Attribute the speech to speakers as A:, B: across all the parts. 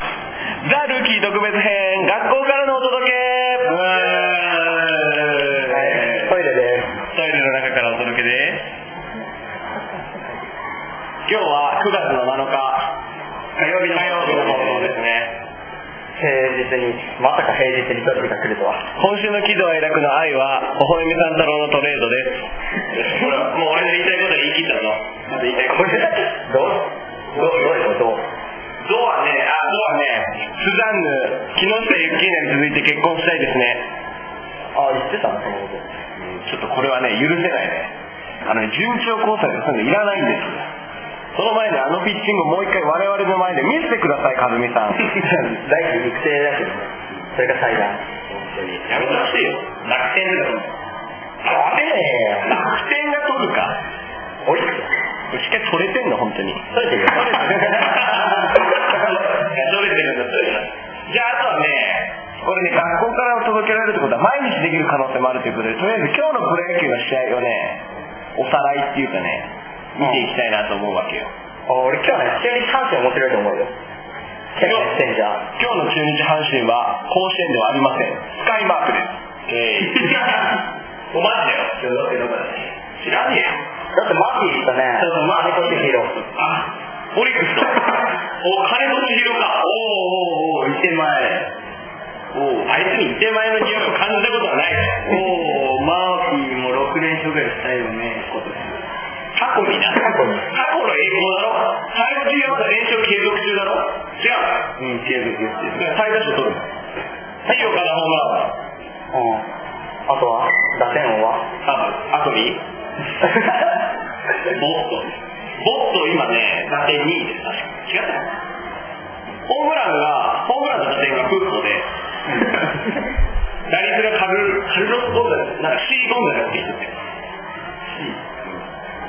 A: ザ・ルーキー特別編、学校からのお届け
B: トイレです。
A: トイレの中からお届けです。今日は9月の7日、火曜日の放送ですね。
B: 平日に、まさか平日にトイレが来るとは。
A: 今週の喜怒哀楽の愛は、おほえみさん太郎のトレードです。ほら、もう俺の言いたいこと言い切ったぞ。あと言いたい
B: これ、どう、どう、どういうこ
A: ゾウはね、あ、ゾウはね、スザンヌ、木下ゆっきーなに続いて結婚したいですね。
B: とあ、言ってたのそ のこと。
A: うんちょっとこれはね、許せないね。あのね、順調交際とかそういうのいらないんです。その前にあのピッチングをもう一回我々の前で見せてください、和美 さん。
B: 大事育成だけどね。それが最大。本当に。
A: やめてほしいよ。楽天だと思う。
B: ダメね
A: 楽天が取るか。
B: おいし
A: しっかり取れてんの、本当に。取
B: 取れてるよ
A: 取れてる取れてるんだ、取れてるじゃあ、あとはね、これね、学校から届けられるってことは毎日できる可能性もあるということで、とりあえず今日のプロ野球の試合をね、おさらいっていうかね、見ていきたいなと思うわけよ。
B: あ俺今日ね、普通に3点面白いと思うよ。結構してんじゃん。
A: 今日の中日阪神は甲子園ではありませんスカイマークですええお前だよ今日だってどこだ知らねえよ
B: だってマーキーとね、マーキーとヒーロー。
A: あオリックスと お金持ち広かおうおうおう一点前おうあいつに一点前の匂いを感じたことはないおおマーキーも6連勝ぐらいしたいよね過去にな
B: 過去
A: 過
B: に
A: 去の栄光だろ最後中はまだ連勝継続中だろ違ううん継続してる最多勝取る太陽からホームランは
B: うん。あとは打 点王は
A: あアトビーボットボット今ね打点2位です確か違ったかなホームランがホームランの打点がフットで打率がカルカルロス・ゴンザレスなんか C ゴンザレスって言ってたよ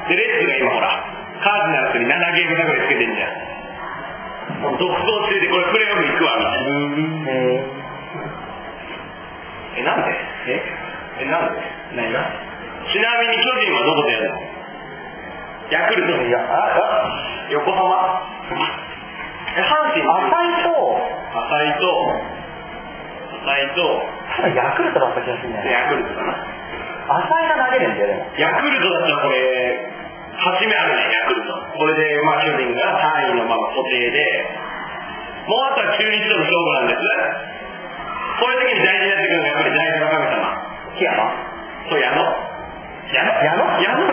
A: C でレッズが今ほらカージナルスに7ゲーム差ぐらいつけてんじゃんもう独走中でこれプレーオフ行くわみたいな
B: うん。
A: え、なんでええ、なんで何がちなみに巨人はどこでやるのヤクルト
B: いや、あ、あ、
A: 横浜え、阪神浅
B: 浅いと、
A: 井と浅井と
B: 多分ヤクルトだった気がするんだよね。
A: ヤクルトかな
B: 浅井が投げるんだよ、でも。
A: ヤクルトだったらこれ初めあるね、ヤクルトこれで、まあ、巨人が3位のまま固定でもうあとは中日との勝負なんですそういう時に大事になってくるのがやっぱり大事な神様
B: 木山
A: そう、矢野。矢野
B: 矢野
A: 矢野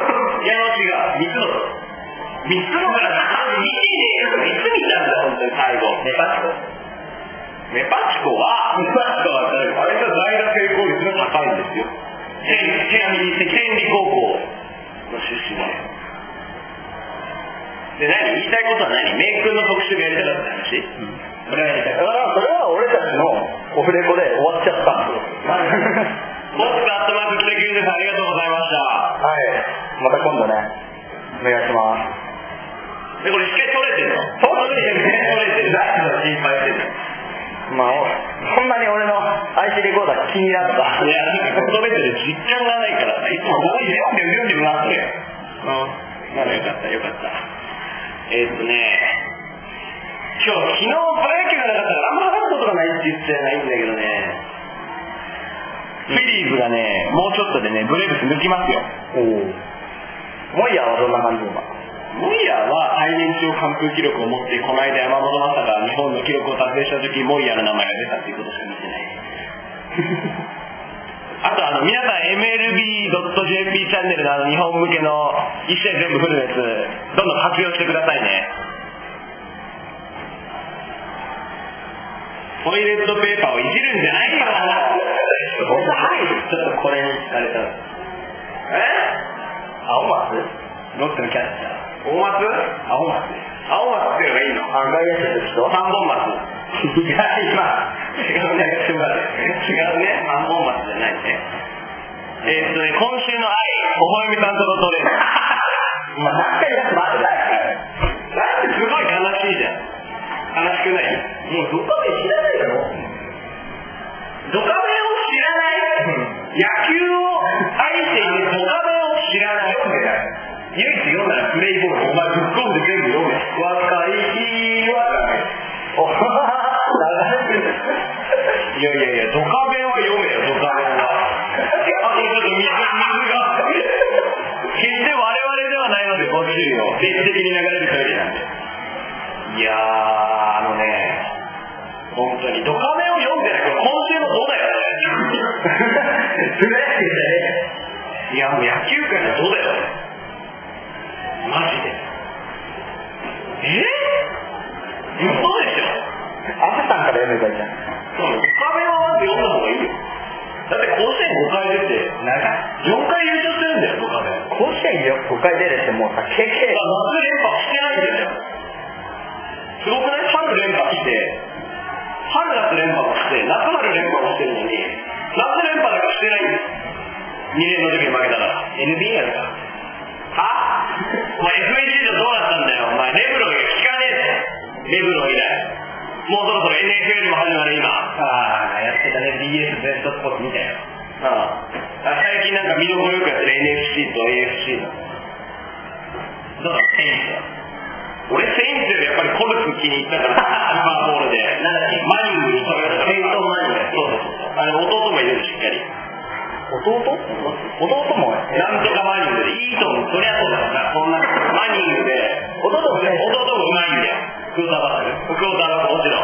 A: 矢野違う。三つの。三つのから、見てねえよ。三つ見たんだ、本当に最後。
B: ネパチコ
A: メパチコは、メパチコは、あれが在学成功率が高いんですよ。ちちなみに、天理高校の出身で。で、何言いたいことは何メイクの特集がやりたかった話、これがやりたい
B: だか。らそれは俺たちのオフレコで終わっちゃったんですよ
A: は
B: はいい、
A: ボックスアットマーク北九州さんありがとうございました。
B: また今度ねお願いします
A: で、これ一回取れてるの
B: 取れてる
A: 取れてる。誰かの心配してる。
B: まあおそんなに俺の IC レコーダー気になった
A: いや、なんか求めてる実感がないからさ、いつもここに読んで読んでもらって。うん。ならよかった、よかった。えーっとね、今日、昨日プロ野球がなかったからあんま話すことがないって言ってないんだけどね、フィリーズがね、もうちょっとでね、ブレーブス抜きますよ。
B: おおモイヤーはどんな感じ今
A: モイヤーは最年長完封記録を持って、この間山本昌が日本の記録を達成した時、モイヤーの名前が出たっていうことしか見てない。 あとあの、皆さん MLB.jp チャンネルのあの、日本向けの一試合全部フルのやつ、どんどん活用してくださいね。トイレットペーパーをいじるんじゃ ないよ
B: そんな入るちょっとこれに聞かれた
A: え
B: 青松
A: ロッテのキャッチャー。大松青松です。青松っていうのがいいの
B: あ外野手の人
A: 三本松。いや、今、違うね。違うね。三本松じゃないね。えーっとね、今週の愛、おほえみさんとのト レー
B: まあ何回やって待って
A: なんですごい悲しいじゃん。悲しくないもうどこで知らないだろドカベンを知らない野球を愛しているドカベンを知らない唯一読んだらプレイボール。お前ぶっ込んで全部読め。若い日は
B: お長
A: いやいやいや、ドカベンは読めよ、ドカベンは。あとちょっと水、水が。決して我々ではないので、こっちよ。定期的に流れる限りなんで。いやー、あのね、本当に、ドカベンを読んでないから、今週のどうだよ、
B: ずるいね。
A: いや、もう野球界のどうだよ、マジで。え嘘でしょ
B: 朝さんから読めばいいじゃん。
A: うん、壁はまず読んだ方がいいよ。だって甲子園5回出て、
B: 長
A: 4回優勝してるんだよ、ドカベン。
B: い。甲子園よ、5回出るってもうさ、経験
A: 夏連覇してないんだよ。すごくない春連覇して、春夏連覇もして、夏春連覇もしてるのに、夏連覇だけしてないんです。2年の時に負けたから。NBA やるから。はお前 FHC じゃどうなったんだよ、お前。レブロンが効かねえぞ。レブロン以来。もうそろそろ NFL も始まる今。
B: ああ、やってたね。BS ベストスポーツみたいな。
A: うんあ最近なんか見どころよくやってる NFC と AFC の
B: どうだ、テニスは。
A: 俺セインツよりやっぱりコルク気に入ったから リバーボールで
B: なんだっけ
A: マニングに飛び出した
B: ペイトンマニング
A: そうそうそうあれ弟もいるししっかり
B: 弟弟も、
A: なんとかマニングでいいと思うそりゃそうだろうなこんなマニングで
B: 弟も選手
A: 弟もうまいんだよクォーターバッククォーターバックもちろ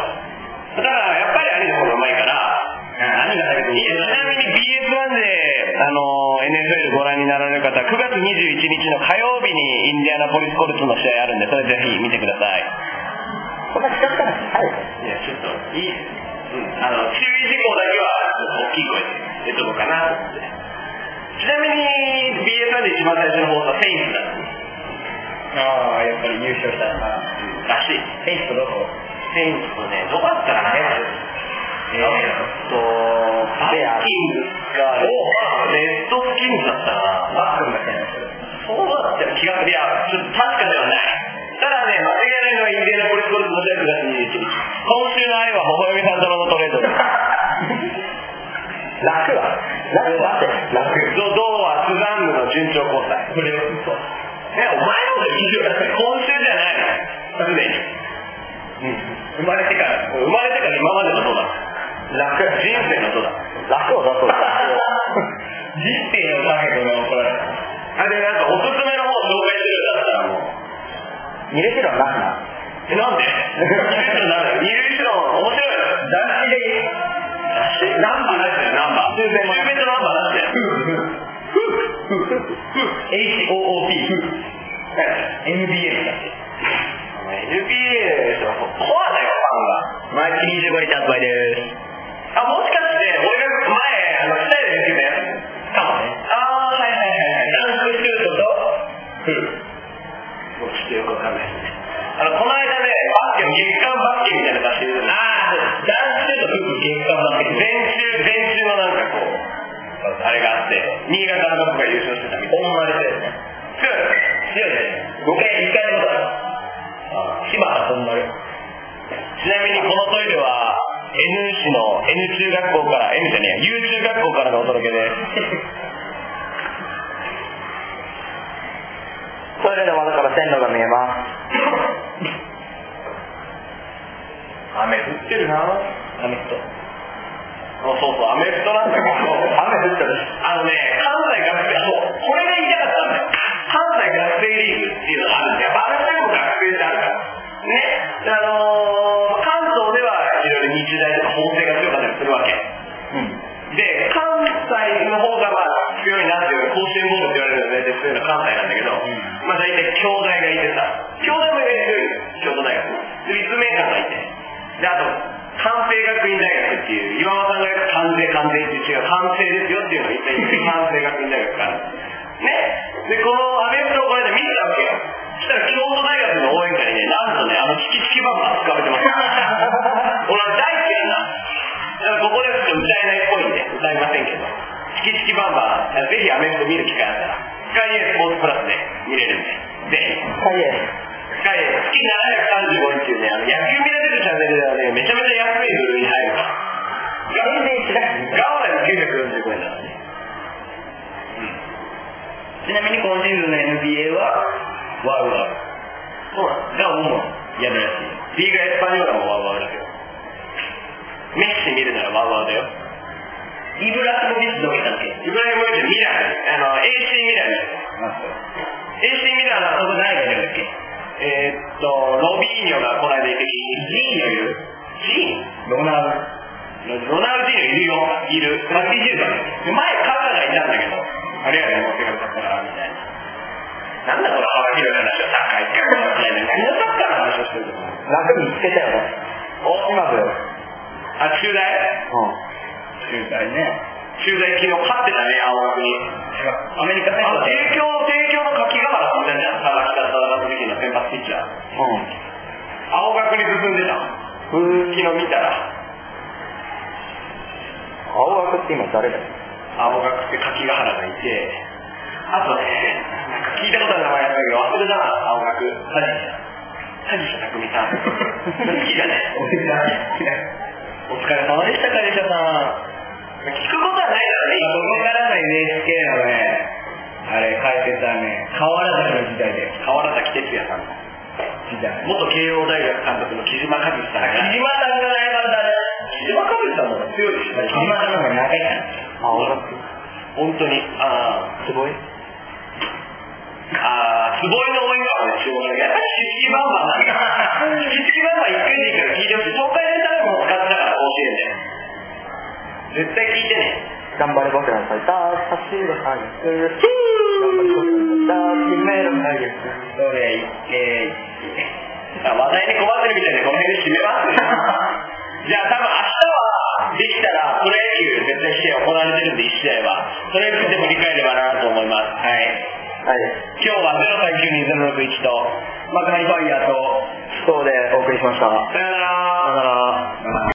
A: んただからやっぱり兄の方がうまいから
B: 何が食べて
A: いやちなみに BS1 で、あの NFL ご覧になられる方、9月21日の火曜日にインディアナポリスコルツの試合あるんで、それぜひ見てください。
B: そんな近づかなくてい
A: いや、ちょっと、いい、うん、あの、注意事項だけは、大きい声で出とこうかなと思って。ちなみに、BS1 で一番最初の放送はセインツだったんです
B: ああ、やっぱり優勝したらな。
A: らしい。
B: テニスとどこ
A: セインツとね、どこだったかなえーっと、バイキングが、レッドスキンズだったかな。
B: バックみたいなやつ。
A: そうだったよ、気がする。いや、ちょっと確かではない。ただね、間違いないのはインディアナポリスコルツの9月21日。今週の愛は微笑みさんとのトレードです。
B: 楽は楽はって、楽。
A: ドドはスザンヌの順調交際。
B: それを嘘。
A: え、お前のこと以上だって今週じゃないの。すでに。
B: うん。
A: 生まれてから、生まれてから今までのそうだ。
B: 楽。
A: 人生のそうだ。
B: 楽を出そう。
A: 人生のターゲットが怒られる。あれなんかおすすめの方紹介してるようだったらもう。
B: 入れてるは楽な。
A: え、なんで二塁手の なんだよ。二塁手の面白いよ。
B: 雑誌でいい
A: ナンバーなしだよ、ナン バー。
B: 終電も
A: 終電とナンバーなしだよ。
B: HOOP。NBA だって。
A: NBA はコアだよ、ファンが。
B: 毎月25日発売です。
A: あ、もしかして、俺が前、あの、スタイルで言ってたやつかもね。あー、はいはいはい。ダンクシュートと、フル。もうちょっとよくわかんないですね。あの、この間ね、バスケの月間バスケみたいな雑誌で、あー、ダンクシュート、フル、月間バスケ。全中、全中のなんかこう、あれがあって、新潟の僕が優勝してたみたいな。
B: 本丸ですね。
A: 強い強いね。5回、1回目だろ。
B: 柴田本丸。
A: ちなみにこのトイレは N 市の N 中学校から N じゃねえや U 中学校からのお届けです
B: トイレの窓から線路が見えます。
A: 雨降ってるなあ
B: アメフト。
A: そうそうアメフトなんだけ
B: 雨
A: ど
B: 降ってるし。
A: あのね関西学生あそうこれが言いたかったんだよ関西学生リーグっていうのがあるんだよバルサイも学生であるからねあのー、関東ではいろいろ日大とか法制が強かったりするわけ
B: うん。
A: で、関西の方がまあ強いなっていう甲子園ボールって言われるのは大体強いのは関西なんだけど、
B: ん
A: まあ大体兄弟がいてさ、兄弟も強いよ、京都大学。で、立命館がいて。で、あと、関西学院大学っていう、岩間さんがよく関西関西って違う、関西ですよっていうのを言ったり、関西学院大学から。ね。で、このアメフトをこれで見てたわけよ。そしたら京都大学の応援歌にね、なんとね、あの、チキチキバンバン使われてました。俺は大嫌いな。だからここではちょっと歌えないっぽいんで、歌いませんけど、チキチキバンバン、ぜひアメフト見る機会あったら、スカイエースポーツプラスで見れるんで、ぜひ、
B: はい、
A: スカイエース、月735円っていうね、あの野球見られるチャンネルではね、めちゃめちゃ安い部類に入るから。
B: 全然知らん
A: ガオラの945円だからね。
B: ちなみに今シーズンの NBA は、ワウワウ。
A: そうなん
B: が主にやるらしい。
A: リーガエスパニョーラもワウワウだけど。ハーバーだよ。
C: イブラスコビスどこ行ったっけ
A: イブラヒモビッチ、ミラン。あの、AC ミランだよ。AC ミラン
C: あ
A: は、
C: そこ誰が出るっけ
A: えーっと、ロビーニョがこの間いて、ジーニョいるジーン
B: ロナウ
A: ロナウジーニョいるよ。いる。マッティ・ジルだね。で前、カナダがいたんだけど、あれやね、持ってかれたから、みたいな。なんだこの幅広い話をサッカー行ってるみたいな。何のサッカーの話をしてるの
B: ラグビーつけたよね。お今だよ。
A: あ、中大
C: 中大ね。
A: 中大昨日勝ってたね、青学に。
C: アメリカ
A: あ
C: 戦
A: の、帝京、帝京の柿ヶ原さんだよね、佐々木が戦った時の先発ピッチャー。青学に進んでた。
B: うん。う
A: 昨
B: ん。
A: 日見たら。
B: 青枠って今誰だよ。
A: 青学って柿ヶ原がいて、あとね、なんか聞いたことある名前なんだけど、忘れたな、青学。はじはじさたくみさん。好きだね。お疲れ様でした、かりさん。聞くことはないからね、
C: 僕からの NHK のね、あれ、解説はね、河原崎の時代だよ。
A: 河原崎哲也さんの。
C: 時代。
A: 元慶応大学監督の木島和志さんが。
C: 木島さんがライバルだね。
A: 木島和志さんの方が強いです
C: 木島さんの方が長いから。
B: 青枠。
A: 本当に。あー
B: すごい。
A: あー、坪井の応援がね、注目だけど、やっぱり引きバンバンなんだ。引きバンバン一回でいいから聞いてほしい。紹介されたらもう使ったから甲子園で。絶対聞いてね。
B: 頑張れ僕らの最多差し入れ範囲。頑張れ僕らの最多夢の範囲。
C: それ、え
A: あ話題に困ってるみたいでこの辺で締めます。じゃあ多分明日はできたらプロ野球絶対試合行われてるんで1試合は。それについて振り返ればなと思います。はい。
B: はい。
A: 今日は0392061と、
C: ー、まかないファイヤーと、
B: そうでお送りしました。さよ
A: さよなら。
B: なら。
C: ま